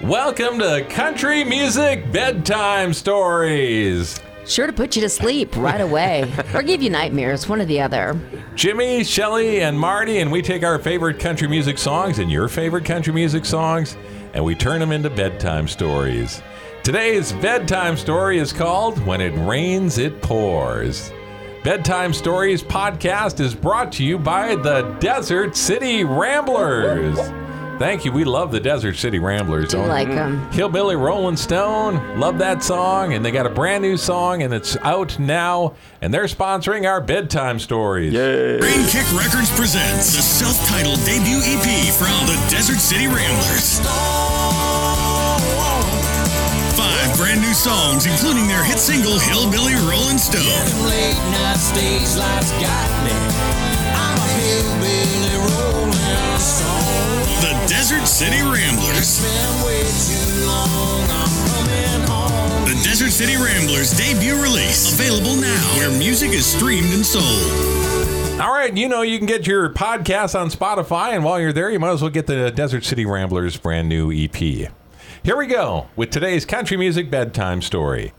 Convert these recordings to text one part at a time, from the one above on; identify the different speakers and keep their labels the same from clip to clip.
Speaker 1: Welcome to Country Music Bedtime Stories.
Speaker 2: Sure to put you to sleep right away or give you nightmares, one or the other.
Speaker 1: Jimmy, Shelly, and Marty, and we take our favorite country music songs and your favorite country music songs, and we turn them into bedtime stories. Today's bedtime story is called When It Rains, It Pours. Bedtime Stories podcast is brought to you by the Desert City Ramblers. Thank you. We love the Desert City Ramblers.
Speaker 2: Do
Speaker 1: don't-
Speaker 2: like
Speaker 3: um,
Speaker 2: them.
Speaker 1: Hillbilly Rolling Stone. Love that song. And they got a brand new song, and it's out now. And they're sponsoring our bedtime stories.
Speaker 4: Green Kick Records presents the self-titled debut E EP from the Desert City Ramblers. Five brand new songs, including their hit single "Hillbilly Rolling Stone."
Speaker 5: Late night stage lights got me. I'm a hillbilly rolling stone.
Speaker 4: The Desert City Ramblers.
Speaker 5: Been way too long. I'm coming home.
Speaker 4: The Desert City Ramblers debut release available now, where music is streamed and sold.
Speaker 1: All right, you know you can get your podcast on Spotify, and while you're there, you might as well get the Desert City Ramblers brand new EP. Here we go with today's country music bedtime story.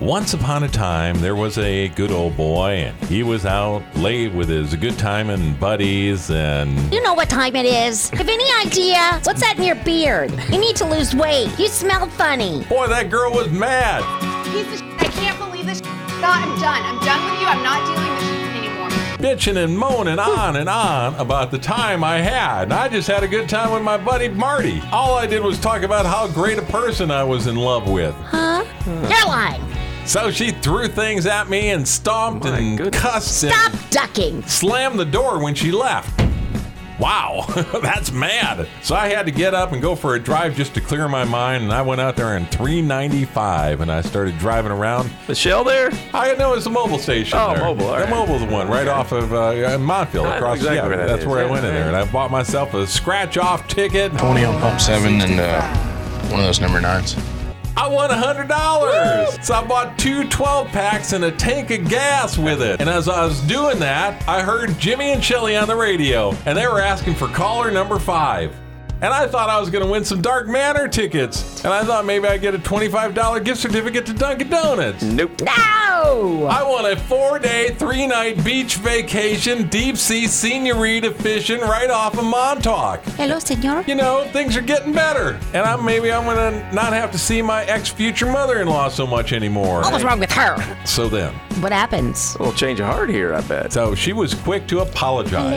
Speaker 1: Once upon a time, there was a good old boy, and he was out late with his good time and buddies, and
Speaker 3: You know what time it is. Have any idea? What's that in your beard? You need to lose weight. You smell funny.
Speaker 1: boy, that girl was mad.
Speaker 6: piece of shit. I can't believe this shit. God, I'm done. I'm done with you. I'm not dealing with shit anymore.
Speaker 1: bitching and moaning on and on about the time I had. And I just had a good time with my buddy Marty. All I did was talk about how great a person I was in love with.
Speaker 3: Huh? You're lying.
Speaker 1: So she threw things at me and stomped and cussed
Speaker 3: Stop
Speaker 1: and
Speaker 3: ducking.
Speaker 1: slammed the door when she left. Wow, that's mad. So I had to get up and go for a drive just to clear my mind, and I went out there in 395 and I started driving around.
Speaker 7: Michelle there?
Speaker 1: I know it's the mobile station.
Speaker 7: Oh,
Speaker 1: there.
Speaker 7: mobile, all
Speaker 1: The
Speaker 7: right.
Speaker 1: mobile's one right off of uh, in Montville,
Speaker 7: I know
Speaker 1: across.
Speaker 7: exactly
Speaker 1: yeah,
Speaker 7: where that
Speaker 1: that's
Speaker 7: is.
Speaker 1: where I
Speaker 7: Yeah,
Speaker 1: went in
Speaker 7: yeah.
Speaker 1: there, and I bought myself a scratch-off ticket.
Speaker 8: Tony on pump seven and uh, one of those number nines.
Speaker 1: I won hundred dollars, so I bought two 12 packs and a tank of gas with it. And as I was doing that, I heard Jimmy and Shelly on the radio, and they were asking for caller number five. And I thought I was going to win some Dark Matter tickets, and I thought maybe I'd get a $25 gift certificate to Dunkin' Donuts.
Speaker 7: Nope.
Speaker 3: No!
Speaker 1: I want a four day, three night beach vacation, deep sea senorita fishing right off of Montauk.
Speaker 3: Hello, senor.
Speaker 1: You know, things are getting better. And I'm maybe I'm gonna not have to see my ex future mother in law so much anymore.
Speaker 3: What was wrong with her?
Speaker 1: So then.
Speaker 2: What happens?
Speaker 7: A little change of heart here, I bet.
Speaker 1: So she was quick to apologize.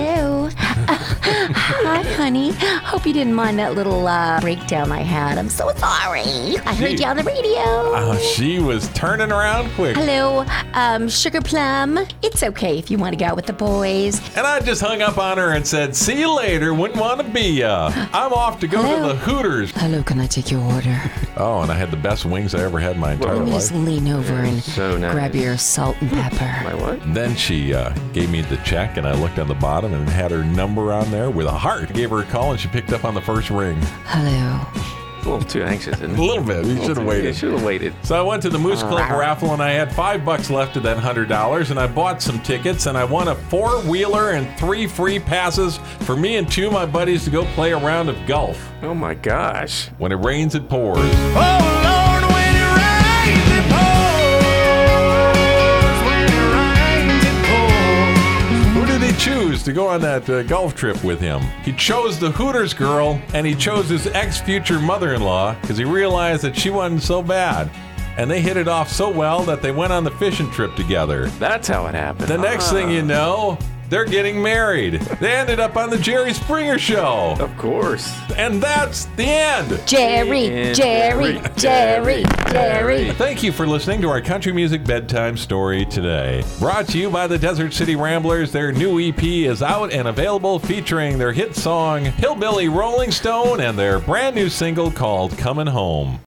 Speaker 3: Hello. hi, honey. Hope you didn't mind that little uh, breakdown I had. I'm so sorry. I heard
Speaker 1: Gee.
Speaker 3: you on the radio.
Speaker 1: Oh, she was turning around quick.
Speaker 3: Hello, um, Sugar Plum. It's okay if you want to go out with the boys.
Speaker 1: And I just hung up on her and said, See you later, wouldn't want to be ya. I'm off to go to
Speaker 3: Hello.
Speaker 1: the Hooters.
Speaker 2: Hello, can I take your order?
Speaker 1: Oh, and I had the best wings I ever had in Oh, my entire
Speaker 2: Let me
Speaker 1: life.
Speaker 2: just lean over and
Speaker 7: so nice.
Speaker 2: grab your salt and pepper.
Speaker 7: My what?
Speaker 1: Then she uh, gave me the check, and I looked on the bottom and had her number on there with a heart. Gave her a call, and she picked up on the first ring.
Speaker 2: Hello.
Speaker 7: A little too anxious, isn't
Speaker 1: A
Speaker 7: it?
Speaker 1: little bit. You should have waited.
Speaker 7: should have waited.
Speaker 1: So I went to the Moose Club raffle, and I had five bucks left of that hundred dollars, and I bought some tickets, and I won a four wheeler and three free passes for me and two of my buddies to go play a round of golf.
Speaker 7: Oh my gosh.
Speaker 1: When it rains, it pours. Who did he choose to go on that uh, golf trip with him? He chose the Hooters girl, and he chose his ex future mother in law because he realized that she wasn't so bad. And they hit it off so well that they went on the fishing trip together.
Speaker 7: That's how it happened.
Speaker 1: The next
Speaker 7: Ah,
Speaker 1: thing you know, they're getting married. They ended up on the Jerry Springer show.
Speaker 7: Of course.
Speaker 1: And that's the end.
Speaker 3: Jerry, Jerry, Jerry, Jerry.
Speaker 1: Thank you for listening to our country music bedtime story today. Brought to you by the Desert City Ramblers. Their new EP is out and available featuring their hit song Hillbilly Rolling Stone and their brand new single called Coming Home.